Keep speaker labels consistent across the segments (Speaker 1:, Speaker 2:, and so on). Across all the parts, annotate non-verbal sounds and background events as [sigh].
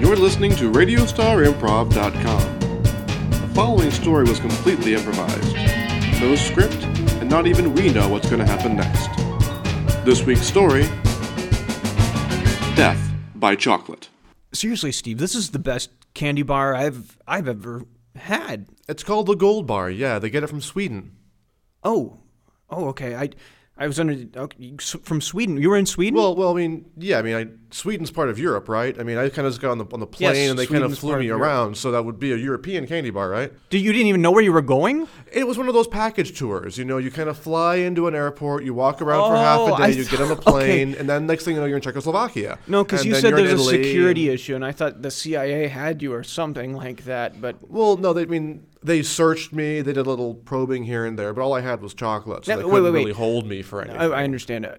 Speaker 1: You're listening to RadiostarImprov.com. The following story was completely improvised. No script, and not even we know what's going to happen next. This week's story Death by Chocolate.
Speaker 2: Seriously, Steve, this is the best candy bar I've I've ever had.
Speaker 3: It's called the Gold Bar. Yeah, they get it from Sweden.
Speaker 2: Oh, oh, okay. I I was under okay, s- from Sweden. You were in Sweden.
Speaker 3: Well, well, I mean, yeah, I mean, I, Sweden's part of Europe, right? I mean, I kind of just got on the on the plane
Speaker 2: Yes,
Speaker 3: and they kind
Speaker 2: Sweden's
Speaker 3: of flew
Speaker 2: part
Speaker 3: me
Speaker 2: of Europe.
Speaker 3: around, so that would be a European candy bar, right?
Speaker 2: Dude, you didn't even know where you were going.
Speaker 3: It was one of those package tours, you know. You kind of fly into an airport, you walk around for half
Speaker 2: Oh,
Speaker 3: a day,
Speaker 2: I
Speaker 3: you
Speaker 2: [laughs]
Speaker 3: get on a
Speaker 2: thought- okay.
Speaker 3: plane, and then next thing you know, you're in Czechoslovakia.
Speaker 2: No, because
Speaker 3: And
Speaker 2: you
Speaker 3: then
Speaker 2: said
Speaker 3: you're in
Speaker 2: there's a
Speaker 3: Italy.
Speaker 2: security issue, and I thought the CIA had you or something like that. But
Speaker 3: Well, no, they I mean they searched me. They did a little probing here and there, but all I had was chocolate, so
Speaker 2: No,
Speaker 3: they
Speaker 2: wait,
Speaker 3: couldn't
Speaker 2: wait, wait.
Speaker 3: really hold me for anything.
Speaker 2: I, I understand. uh,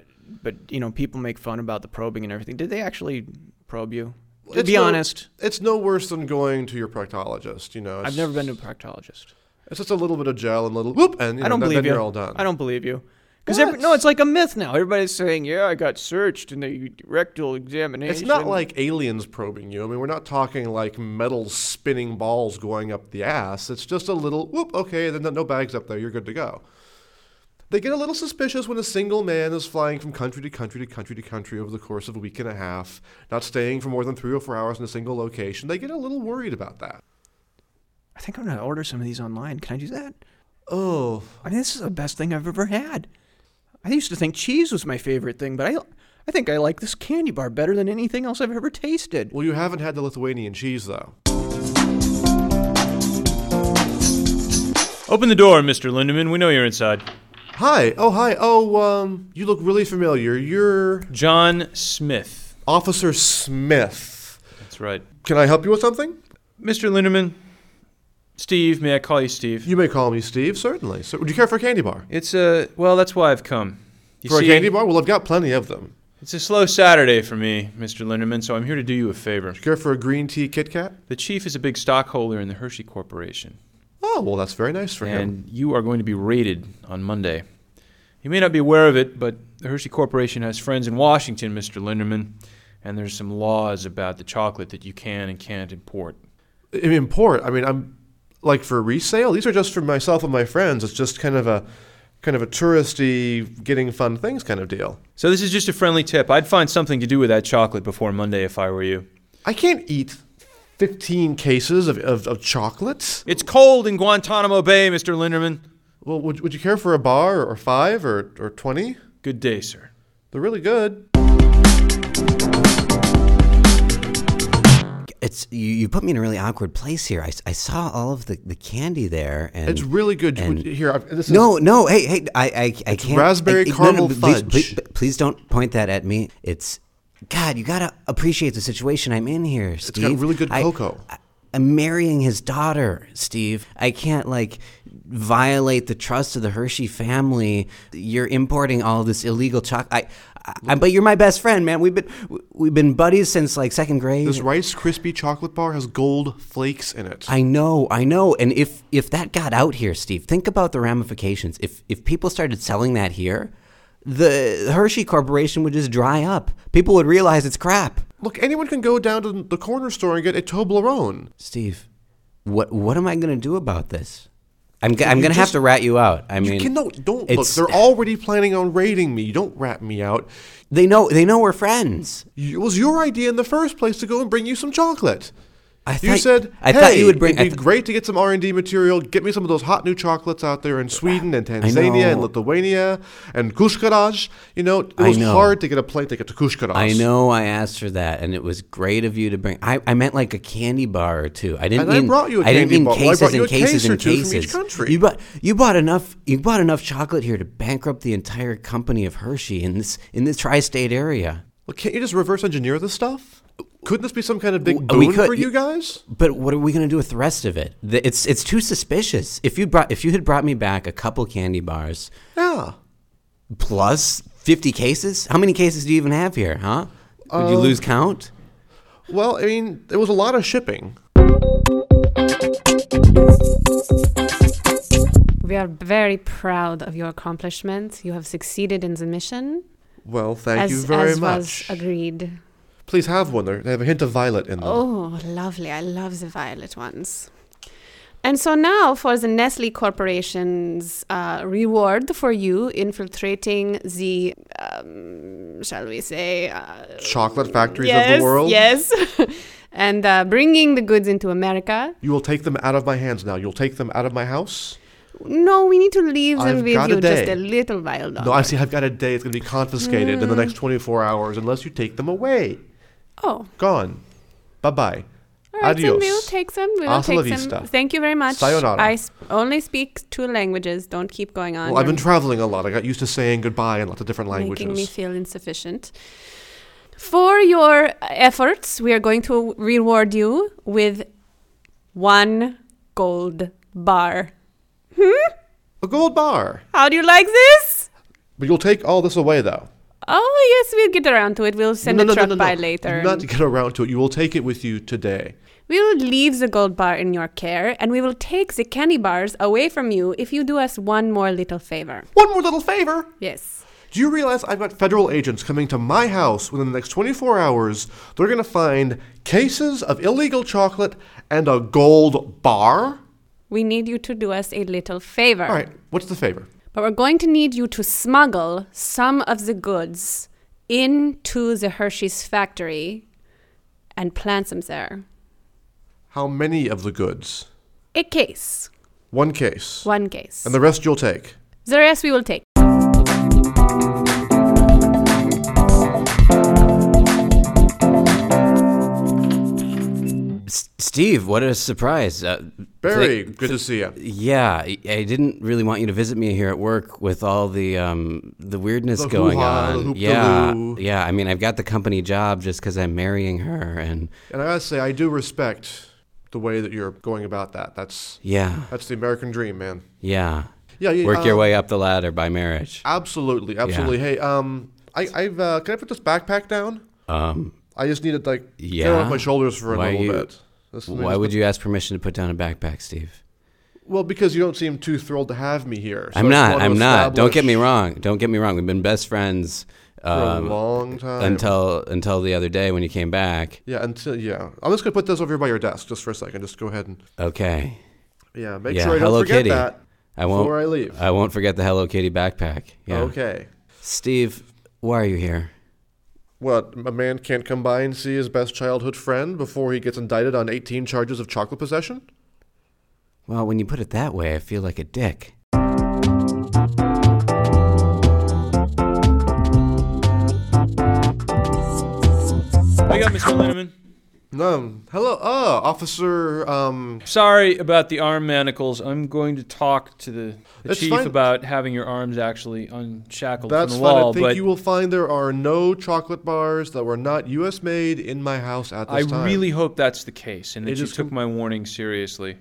Speaker 2: But you know, people make fun about the probing and everything. Did they actually probe you? To
Speaker 3: It's
Speaker 2: be
Speaker 3: no-
Speaker 2: honest,
Speaker 3: It's no worse than going to your proctologist. You know,
Speaker 2: I've
Speaker 3: It's-
Speaker 2: never been to a proctologist.
Speaker 3: It's just a little bit of gel and a little whoop, and you
Speaker 2: I don't
Speaker 3: know, then,
Speaker 2: believe
Speaker 3: then
Speaker 2: you.
Speaker 3: you're all done.
Speaker 2: I don't believe you. Because
Speaker 3: What?
Speaker 2: no, it's like a myth now. Everybody's saying, "Yeah, I got searched and they rectal examination."
Speaker 3: It's not like aliens probing you. I mean, we're not talking like metal spinning balls going up the ass. It's just a little whoop, okay, then no bags up there, you're good to go. They get a little suspicious when a single man is flying from country to country to country to country over the course of a week and a half, not staying for more than three or four hours in a single location. They get a little worried about that.
Speaker 2: I think I'm gonna order some of these online. Can I do that?
Speaker 3: Oh,
Speaker 2: I mean, this is the best thing I've ever had. I used to think cheese was my favorite thing, but I, I think I like this candy bar better than anything else I've ever tasted.
Speaker 3: well, you haven't had the Lithuanian cheese, though.
Speaker 4: Open the door, Mr. Lindemann. We know you're inside.
Speaker 3: Hi, oh, hi, oh, um, you look really familiar. You're
Speaker 4: John Smith.
Speaker 3: Officer Smith.
Speaker 4: That's right.
Speaker 3: Can I help you with something?
Speaker 4: Mr. Lindemann, Steve, may I call you Steve?
Speaker 3: You may call me Steve, certainly. So, would you care for a candy bar?
Speaker 4: It's a well, that's why I've come. You
Speaker 3: for
Speaker 4: see,
Speaker 3: a candy bar? Well, I've got plenty of them.
Speaker 4: It's a slow Saturday for me, Mr. Lindemann, so I'm here to do you a favor.
Speaker 3: Care for a green tea Kit Kat?
Speaker 4: The chief is a big stockholder in the Hershey Corporation,
Speaker 3: Oh, well, that's very nice for him.
Speaker 4: and you are going to be raided on Monday. You may not be aware of it, but the Hershey Corporation has friends in Washington, Mr. Lindemann, and there's some laws about the chocolate that you can and can't import.
Speaker 3: I mean, Import. I mean, I'm like for resale. These are just for myself and my friends. It's just kind of a kind of a touristy, getting fun things kind of deal.
Speaker 4: So this is just a friendly tip. I'd find something to do with that chocolate before Monday if I were you.
Speaker 3: I can't eat 15 cases of, of, of chocolate.
Speaker 4: It's cold in Guantanamo Bay, Mr. Linderman.
Speaker 3: Well, would, would you care for a bar or five or, or 20?
Speaker 4: Good day, sir.
Speaker 3: They're really good.
Speaker 5: It's you, you put me in a really awkward place here. I, s- I saw all of the, the candy there, and
Speaker 3: It's really good.
Speaker 5: and-
Speaker 3: Here, I- this is,
Speaker 5: no, no, hey, hey, I, I, I can't.
Speaker 3: raspberry
Speaker 5: I- I-
Speaker 3: caramel
Speaker 5: please,
Speaker 3: fudge.
Speaker 5: Please, please don't point that at me. It's God. You gotta appreciate the situation I'm in here, Steve.
Speaker 3: really good
Speaker 5: I-
Speaker 3: cocoa.
Speaker 5: I, am marrying his daughter, Steve. I can't like violate the trust of the Hershey family. You're importing all this illegal chocolate. I, I, but you're my best friend, man. We've been we've been buddies since like second grade.
Speaker 3: This Rice Krispie chocolate bar has gold flakes in it.
Speaker 5: I know, I know. And if if that got out here, Steve, think about the ramifications. If if people started selling that here, the Hershey Corporation would just dry up. People would realize it's crap.
Speaker 3: Look, anyone can go down to the corner store and get a Toblerone.
Speaker 5: Steve, what what am I going to do about this? I'm g- I'm going to have to rat you out. I mean,
Speaker 3: you can no, don't look.
Speaker 5: it's-
Speaker 3: They're already planning on raiding me. You don't rat me out.
Speaker 5: They know they know we're friends.
Speaker 3: You- It was your idea in the first place to go and bring you some chocolate.
Speaker 5: I
Speaker 3: You
Speaker 5: thought-
Speaker 3: said,
Speaker 5: I thought
Speaker 3: "Hey,
Speaker 5: you would bring-
Speaker 3: It'd be
Speaker 5: I th-
Speaker 3: great to get some R and D material. Get me some of those hot new chocolates out there in Sweden and Tanzania and
Speaker 5: know.
Speaker 3: Lithuania and Kushkaraj. You know, it
Speaker 5: I
Speaker 3: was
Speaker 5: know.
Speaker 3: hard to get a plane ticket to Kushkaraj.
Speaker 5: I know I asked for that, and it was great of you to bring. I, I meant like a candy bar or two. I didn't
Speaker 3: And I
Speaker 5: mean
Speaker 3: brought you a
Speaker 5: I didn't
Speaker 3: candy
Speaker 5: mean
Speaker 3: bar. Well, I
Speaker 5: cases
Speaker 3: brought you
Speaker 5: and
Speaker 3: a case
Speaker 5: cases
Speaker 3: or
Speaker 5: and
Speaker 3: two from each
Speaker 5: cases.
Speaker 3: country.
Speaker 5: You bought you bought enough you bought enough chocolate here to bankrupt the entire company of Hershey in this in this tri-state area.
Speaker 3: Well, can't you just reverse engineer this stuff? Couldn't this be some kind of big
Speaker 5: W- we
Speaker 3: boon
Speaker 5: could-
Speaker 3: for you
Speaker 5: y-
Speaker 3: guys?
Speaker 5: But what are we going to do with the rest of it? The- It's it's too suspicious. If you brought if you had brought me back a couple candy bars
Speaker 3: Yeah.
Speaker 5: plus fifty cases, how many cases do you even have here? Huh? Did
Speaker 3: Um,
Speaker 5: you lose count?
Speaker 3: Well, I mean, there was a lot of shipping.
Speaker 6: We are very proud of your accomplishment. You have succeeded in the mission,
Speaker 3: Well, thank
Speaker 6: as,
Speaker 3: you very
Speaker 6: as
Speaker 3: much.
Speaker 6: was agreed.
Speaker 3: Please have one. They're- They have a hint of violet in them.
Speaker 6: Oh, lovely. I love the violet ones. And so now for the Nestle Corporation's uh, reward for you infiltrating the, um, shall we say, uh,
Speaker 3: Chocolate factories
Speaker 6: yes,
Speaker 3: of the world.
Speaker 6: Yes. [laughs] and uh, bringing the goods into America.
Speaker 3: You will take them out of my hands now. You'll take them out of my house.
Speaker 6: No, we need to leave them
Speaker 3: I've
Speaker 6: with
Speaker 3: got a
Speaker 6: you just
Speaker 3: day.
Speaker 6: a little while longer.
Speaker 3: No, I see. I've got a day. It's going to be confiscated in the
Speaker 6: Mm.
Speaker 3: next 24 hours unless you take them away.
Speaker 6: oh,
Speaker 3: Gone. Bye bye.
Speaker 6: all right.
Speaker 3: Adios.
Speaker 6: Then we'll take them. We will
Speaker 3: Hasta la
Speaker 6: take
Speaker 3: vista.
Speaker 6: them. Thank you very much.
Speaker 3: Sayonara.
Speaker 6: I sp- only speak two languages. Don't keep going on.
Speaker 3: well, I've
Speaker 6: You're
Speaker 3: been traveling a lot. I got used to saying goodbye in lots of different languages.
Speaker 6: Making me feel insufficient. For your efforts, we are going to reward you with one gold bar.
Speaker 3: a gold bar.
Speaker 6: How do you like this?
Speaker 3: But you'll take all this away, though.
Speaker 6: Oh, yes, we'll get around to it. We'll send
Speaker 3: no,
Speaker 6: a
Speaker 3: no,
Speaker 6: truck
Speaker 3: no, no, no.
Speaker 6: by
Speaker 3: You
Speaker 6: later.
Speaker 3: do Not to get around to it. You will take it with you today.
Speaker 6: We will leave the gold bar in your care, and we will take the candy bars away from you if you do us one more little favor.
Speaker 3: One more little favor.
Speaker 6: Yes.
Speaker 3: Do you realize I've got federal agents coming to my house within the next 24 hours? They're going to find cases of illegal chocolate and a gold bar?
Speaker 6: We need you to do us a little favor.
Speaker 3: All right, what's the favor?
Speaker 6: But we're going to need you to smuggle some of the goods into the Hershey's factory and plant them there.
Speaker 3: How many of the goods?
Speaker 6: A case.
Speaker 3: One case.
Speaker 6: One case.
Speaker 3: And the rest you'll take.
Speaker 6: The rest we will take.
Speaker 5: S- Steve, what a surprise. Uh,
Speaker 3: Barry,
Speaker 5: th-
Speaker 3: good to see you.
Speaker 5: yeah, I I didn't really want you to visit me here at work with all the um, the weirdness
Speaker 3: The
Speaker 5: going
Speaker 3: hoo-ha, the
Speaker 5: on. yeah,
Speaker 3: hoop-de-loo.
Speaker 5: yeah. I mean, I've got the company job just because I'm marrying her, and
Speaker 3: And I gotta say, I do respect the way that you're going about that. That's
Speaker 5: yeah,
Speaker 3: that's the American dream, man.
Speaker 5: yeah.
Speaker 3: Yeah, yeah.
Speaker 5: Work
Speaker 3: uh,
Speaker 5: your way up the ladder by marriage.
Speaker 3: Absolutely, absolutely. Hey, um, I, I've uh, can I put this backpack down?
Speaker 5: Um,
Speaker 3: I just need to like yeah.
Speaker 5: Yeah.
Speaker 3: off my shoulders for a
Speaker 5: Why
Speaker 3: little
Speaker 5: you-
Speaker 3: bit. This-
Speaker 5: why would you ask permission to put down a backpack, Steve?
Speaker 3: Well, because you don't seem too thrilled to have me here. So I
Speaker 5: I'm
Speaker 3: just
Speaker 5: not.
Speaker 3: want to
Speaker 5: I'm not. Don't get me
Speaker 3: establish
Speaker 5: wrong. Don't get me wrong. We've been best friends um,
Speaker 3: for a long time.
Speaker 5: until until the other day when you came back.
Speaker 3: yeah, until yeah. I'm just gonna put this over here by your desk just for a second. Just go ahead and
Speaker 5: Okay.
Speaker 3: yeah, make
Speaker 5: yeah.
Speaker 3: sure I don't
Speaker 5: Hello
Speaker 3: forget
Speaker 5: Kitty.
Speaker 3: that
Speaker 5: I won't.
Speaker 3: before I leave.
Speaker 5: I won't forget the Hello Kitty backpack. Yeah.
Speaker 3: Okay.
Speaker 5: Steve, why are you here?
Speaker 3: What a man can't come by and see his best childhood friend before he gets indicted on 18 charges of chocolate possession?
Speaker 5: Well, when you put it that way, I feel like a dick.
Speaker 4: Wake up, Mr. Linneman.
Speaker 3: No. Hello. Oh, officer. Um.
Speaker 4: Sorry about the arm manacles. I'm going to talk to the, the
Speaker 3: That's
Speaker 4: chief
Speaker 3: fine.
Speaker 4: about having your arms actually unshackled
Speaker 3: That's
Speaker 4: from
Speaker 3: fine.
Speaker 4: the wall.
Speaker 3: I think
Speaker 4: but
Speaker 3: you will find there are no chocolate bars that were not U.S. made in my house at this
Speaker 4: I
Speaker 3: time.
Speaker 4: really hope that's the case and that
Speaker 3: It
Speaker 4: you
Speaker 3: is
Speaker 4: took
Speaker 3: com-
Speaker 4: my warning seriously.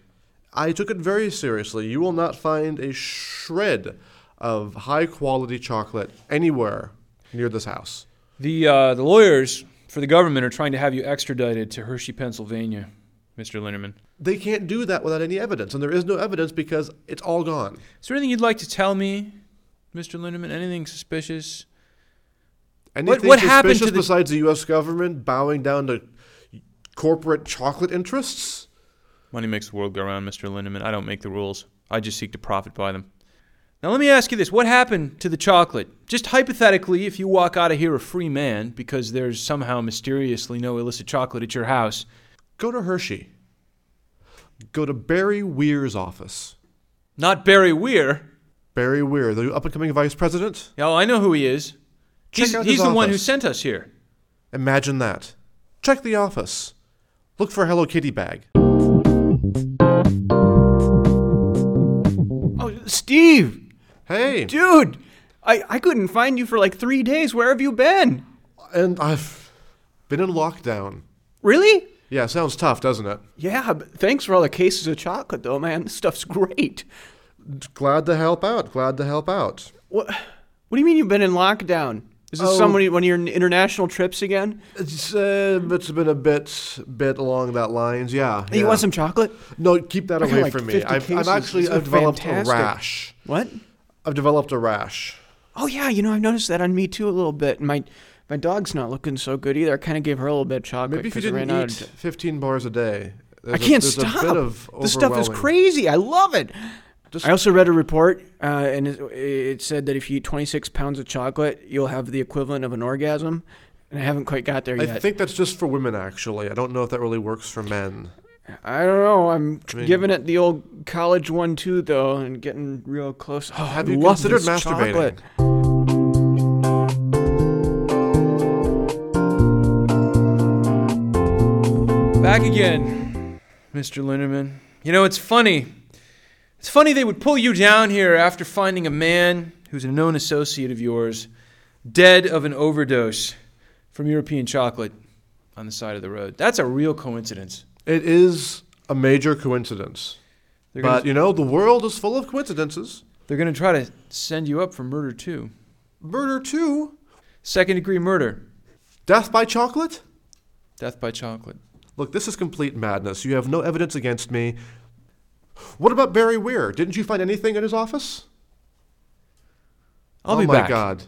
Speaker 3: I took it very seriously. You will not find a shred of high quality chocolate anywhere near this house.
Speaker 4: The uh, the lawyers for the government are trying to have you extradited to Hershey, Pennsylvania, Mr. Linneman.
Speaker 3: They can't do that without any evidence, and there is no evidence because it's all gone.
Speaker 4: Is there anything you'd like to tell me, Mr. Linneman? Anything suspicious?
Speaker 3: Anything
Speaker 4: what
Speaker 3: suspicious
Speaker 4: happened to the-
Speaker 3: besides the U.S. government bowing down to corporate chocolate interests?
Speaker 4: Money makes the world go round, Mr. Lindemann. I don't make the rules. I just seek to profit by them. Now, let me ask you this what happened to the chocolate? Just hypothetically, if you walk out of here a free man because there's somehow mysteriously no illicit chocolate at your house,
Speaker 3: Go to Hershey. Go to Barry Weir's office.
Speaker 4: not Barry Weir.
Speaker 3: Barry Weir, the up and coming vice president.
Speaker 4: Oh, I know who he is.
Speaker 3: Check
Speaker 4: He's,
Speaker 3: out
Speaker 4: he's
Speaker 3: his
Speaker 4: the one who
Speaker 3: office.
Speaker 4: sent us here.
Speaker 3: Imagine that. Check the office. Look for Hello Kitty bag.
Speaker 2: Oh, Steve,
Speaker 3: Hey,
Speaker 2: dude, I, I couldn't find you for like three days. Where have you been?
Speaker 3: and I've been in lockdown.
Speaker 2: Really?
Speaker 3: Yeah, sounds tough, doesn't it?
Speaker 2: Yeah, but thanks for all the cases of chocolate, though, man. [laughs] This stuff's great.
Speaker 3: Glad to help out. Glad to help out.
Speaker 2: What, what do you mean you've been in lockdown? Is this
Speaker 3: Oh.
Speaker 2: somebody one of your international trips again?
Speaker 3: It's, uh, it's been a bit bit along that lines. Yeah.
Speaker 2: You
Speaker 3: yeah.
Speaker 2: want some chocolate?
Speaker 3: No, keep that
Speaker 2: I got
Speaker 3: away
Speaker 2: like
Speaker 3: from me.
Speaker 2: 50
Speaker 3: I've, I've
Speaker 2: cases.
Speaker 3: actually
Speaker 2: These are
Speaker 3: I've developed
Speaker 2: fantastic.
Speaker 3: a rash.
Speaker 2: What?
Speaker 3: I've developed a rash.
Speaker 2: Oh yeah, you know I've noticed that on me too a little bit. My My dog's not looking so good either. I kind of gave her a little bit of chocolate.
Speaker 3: Maybe if you
Speaker 2: 'cause I
Speaker 3: didn't
Speaker 2: ran out
Speaker 3: eat
Speaker 2: of-
Speaker 3: 15 bars a day.
Speaker 2: I
Speaker 3: there's a-
Speaker 2: can't
Speaker 3: there's a bit
Speaker 2: stop.
Speaker 3: of
Speaker 2: this stuff is
Speaker 3: overwhelming.
Speaker 2: crazy. I love it.
Speaker 3: Just-
Speaker 2: I also read a report, uh, and it, it said that if you eat 26 pounds of chocolate, you'll have the equivalent of an orgasm. And I haven't quite got there
Speaker 3: I
Speaker 2: yet.
Speaker 3: think that's just for women, actually. I don't know if that really works for men.
Speaker 2: I don't know. I'm
Speaker 3: mean-
Speaker 2: giving it the old college one too, though, and getting real close. Oh,
Speaker 3: Have
Speaker 2: I
Speaker 3: you
Speaker 2: love
Speaker 3: considered
Speaker 2: this
Speaker 3: masturbating?
Speaker 2: chocolate.
Speaker 4: Back again, Mr. Linderman. You know, it's funny. It's funny they would pull you down here after finding a man who's a known associate of yours dead of an overdose from European chocolate on the side of the road. That's a real coincidence.
Speaker 3: It is a major coincidence.
Speaker 4: They're
Speaker 3: But,
Speaker 4: gonna,
Speaker 3: you know, the world is full of coincidences.
Speaker 4: they're going to try to send you up for murder, too.
Speaker 3: Murder, too.
Speaker 4: Second degree murder,
Speaker 3: Death by chocolate?
Speaker 4: death by chocolate.
Speaker 3: Look, this is complete madness. You have no evidence against me. What about Barry Weir? Didn't you find anything in his office?
Speaker 4: I'll
Speaker 3: oh
Speaker 4: be
Speaker 3: my
Speaker 4: back.
Speaker 3: god.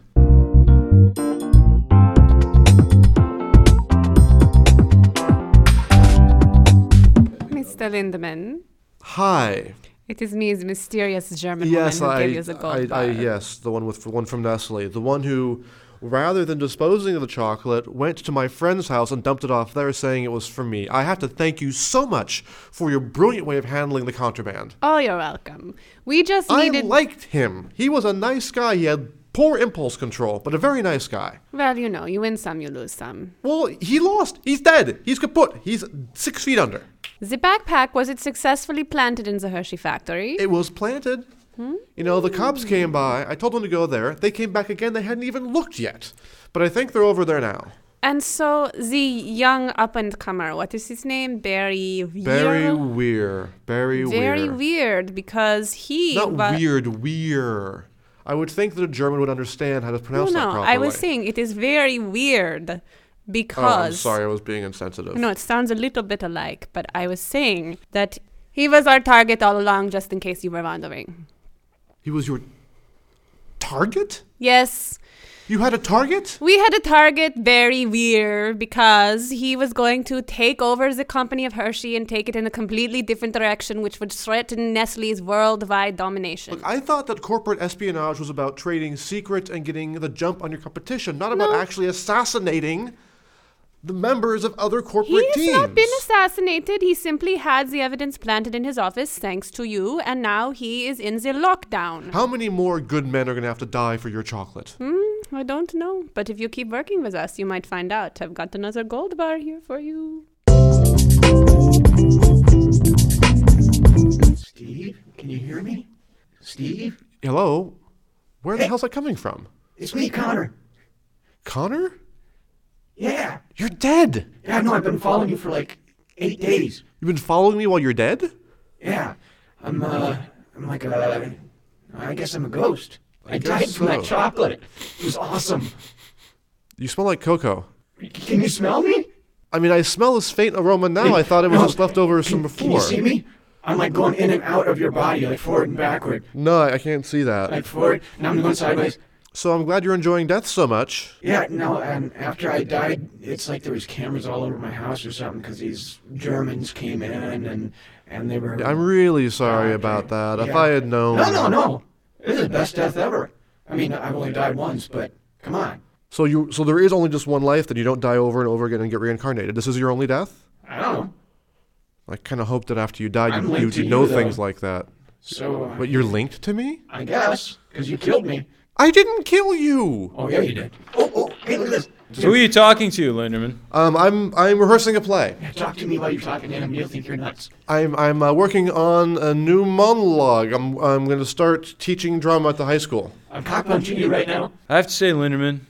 Speaker 6: Mr. Lindemann,
Speaker 3: Hi.
Speaker 6: it is me, the mysterious German
Speaker 3: yes,
Speaker 6: woman who
Speaker 3: I,
Speaker 6: gave you the gold
Speaker 3: I, I
Speaker 6: bar.
Speaker 3: yes, the one with the one from Nestle, the one who, rather than disposing of the chocolate, went to my friend's house and dumped it off there, saying it was for me. I have to thank you so much for your brilliant way of handling the contraband.
Speaker 6: Oh, you're welcome. We just
Speaker 3: I
Speaker 6: needed.
Speaker 3: liked him. He was a nice guy. He had poor impulse control, but a very nice guy.
Speaker 6: well, you know, you win some, you lose some.
Speaker 3: Well, he lost. He's dead. He's kaput. He's six feet under.
Speaker 6: The backpack was it successfully planted in the Hershey factory?
Speaker 3: It was planted.
Speaker 6: Hmm?
Speaker 3: You know, the cops came by. I told them to go there. They came back again. They hadn't even looked yet. But I think they're over there now.
Speaker 6: and so the young up and comer, what is his name? Barry Weir.
Speaker 3: Barry Weir. Barry Weir.
Speaker 6: Very weird because he
Speaker 3: Not
Speaker 6: wa-
Speaker 3: weird, Weir. I would think that a German would understand how to
Speaker 6: No,
Speaker 3: pronounce that
Speaker 6: no,
Speaker 3: properly.
Speaker 6: I was saying it is very weird
Speaker 3: Oh, I'm
Speaker 6: because
Speaker 3: sorry, I was being insensitive.
Speaker 6: No, it sounds a little bit alike, but I was saying that he was our target all along, just in case you were wondering.
Speaker 3: He was your target?
Speaker 6: Yes,
Speaker 3: You had a target?
Speaker 6: we had a target, Barry Weir, because he was going to take over the company of Hershey and take it in a completely different direction, which would threaten Nestle's worldwide domination.
Speaker 3: Look, I thought that corporate espionage was about trading secrets and getting the jump on your competition, not about
Speaker 6: No.
Speaker 3: actually assassinating the members of other corporate
Speaker 6: He's
Speaker 3: teams.
Speaker 6: not been assassinated. He simply had the evidence planted in his office thanks to you, and now he is in the lockdown.
Speaker 3: How many more good men are going to have to die for your chocolate?
Speaker 6: Hmm, I don't know, but if you keep working with us, you might find out. I've got another gold bar here for you.
Speaker 7: Steve, can you hear me? Steve,
Speaker 3: Hello? Where the hell's that coming from?
Speaker 7: it's me, Connor.
Speaker 3: Connor?
Speaker 7: Yeah.
Speaker 3: You're dead!
Speaker 7: Yeah, no, I've been following you for like eight days.
Speaker 3: You've been following me while you're dead?
Speaker 7: Yeah. I'm uh I'm like a I guess I'm a ghost. I died
Speaker 3: guess
Speaker 7: from that
Speaker 3: so.
Speaker 7: chocolate. It was awesome.
Speaker 3: You smell like cocoa.
Speaker 7: C- Can you smell me?
Speaker 3: I mean, I smell this faint aroma now. I thought it was
Speaker 7: [laughs] No.
Speaker 3: just leftovers from
Speaker 7: Can you
Speaker 3: before.
Speaker 7: see me? I'm like going in and out of your body, like forward and backward.
Speaker 3: No, I I can't see that.
Speaker 7: Like forward, now I'm going sideways.
Speaker 3: So I'm glad you're enjoying death so much.
Speaker 7: Yeah, no, and after I died, it's like there was cameras all over my house or something because these Germans came in and and they were.
Speaker 3: I'm really sorry about that. If
Speaker 7: Yeah.
Speaker 3: I had known.
Speaker 7: No, no, no. This is the best death ever. I mean, I've only died once, but come on.
Speaker 3: So you, so there is only just one life, then you don't die over and over again and get reincarnated. This is your only death.
Speaker 7: I don't know.
Speaker 3: I kind of hope that after you die,
Speaker 7: I'm
Speaker 3: you,
Speaker 7: linked
Speaker 3: you,
Speaker 7: to
Speaker 3: you
Speaker 7: you,
Speaker 3: know
Speaker 7: though.
Speaker 3: things like that.
Speaker 7: So uh,
Speaker 3: But you're linked to me?
Speaker 7: I guess because you killed me.
Speaker 3: I didn't kill you.
Speaker 7: Oh yeah, you did. Oh, oh, hey, look at this.
Speaker 4: Who are you talking to, Linderman?
Speaker 3: Um, I'm I'm rehearsing a play.
Speaker 7: Talk to me while you're talking to him. You'll think you're nuts.
Speaker 3: I'm I'm uh, working on a new monologue. I'm I'm going to start teaching drama at the high school.
Speaker 7: I'm cock punching you right now.
Speaker 4: I have to say, Linderman,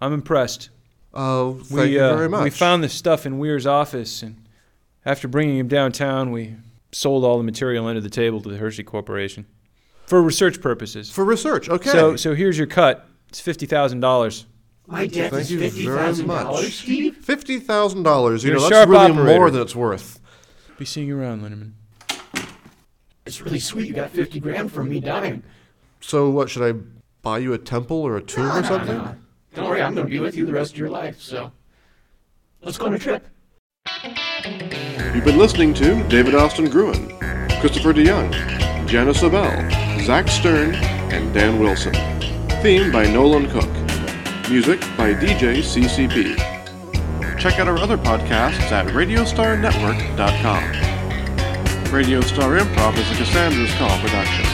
Speaker 4: I'm impressed.
Speaker 3: Oh, thank
Speaker 4: we,
Speaker 3: you
Speaker 4: uh,
Speaker 3: very much.
Speaker 4: We found this stuff in Weir's office, and after bringing him downtown, we sold all the material under the table to the Hershey Corporation for research purposes.
Speaker 3: for research. Okay.
Speaker 4: So, so here's your cut. It's fifty thousand dollars.
Speaker 7: My death
Speaker 3: Thank
Speaker 7: is
Speaker 3: you
Speaker 7: fifty
Speaker 3: very
Speaker 7: thousand
Speaker 3: much.
Speaker 7: dollars, Steve.
Speaker 3: Fifty thousand dollars. You
Speaker 4: You're
Speaker 3: know
Speaker 4: a
Speaker 3: that's
Speaker 4: sharp
Speaker 3: really
Speaker 4: operator.
Speaker 3: more than it's worth.
Speaker 4: Be seeing you around, Linderman.
Speaker 7: It's really sweet. You got fifty grand from me dying.
Speaker 3: So what should I buy you a temple or a tomb or something?
Speaker 7: Don't worry, I'm going to be with you the rest of your life. So let's go on a trip.
Speaker 3: You've been listening to David Austin Gruen, Christopher DeYoung, Janice Abell, Zach Stern, and Dan Wilson. Theme by Nolan Cook. Music by DJ CCP. Check out our other podcasts at RadiostarNetwork.com. Radio Star Improv is a Cassandra's Call production.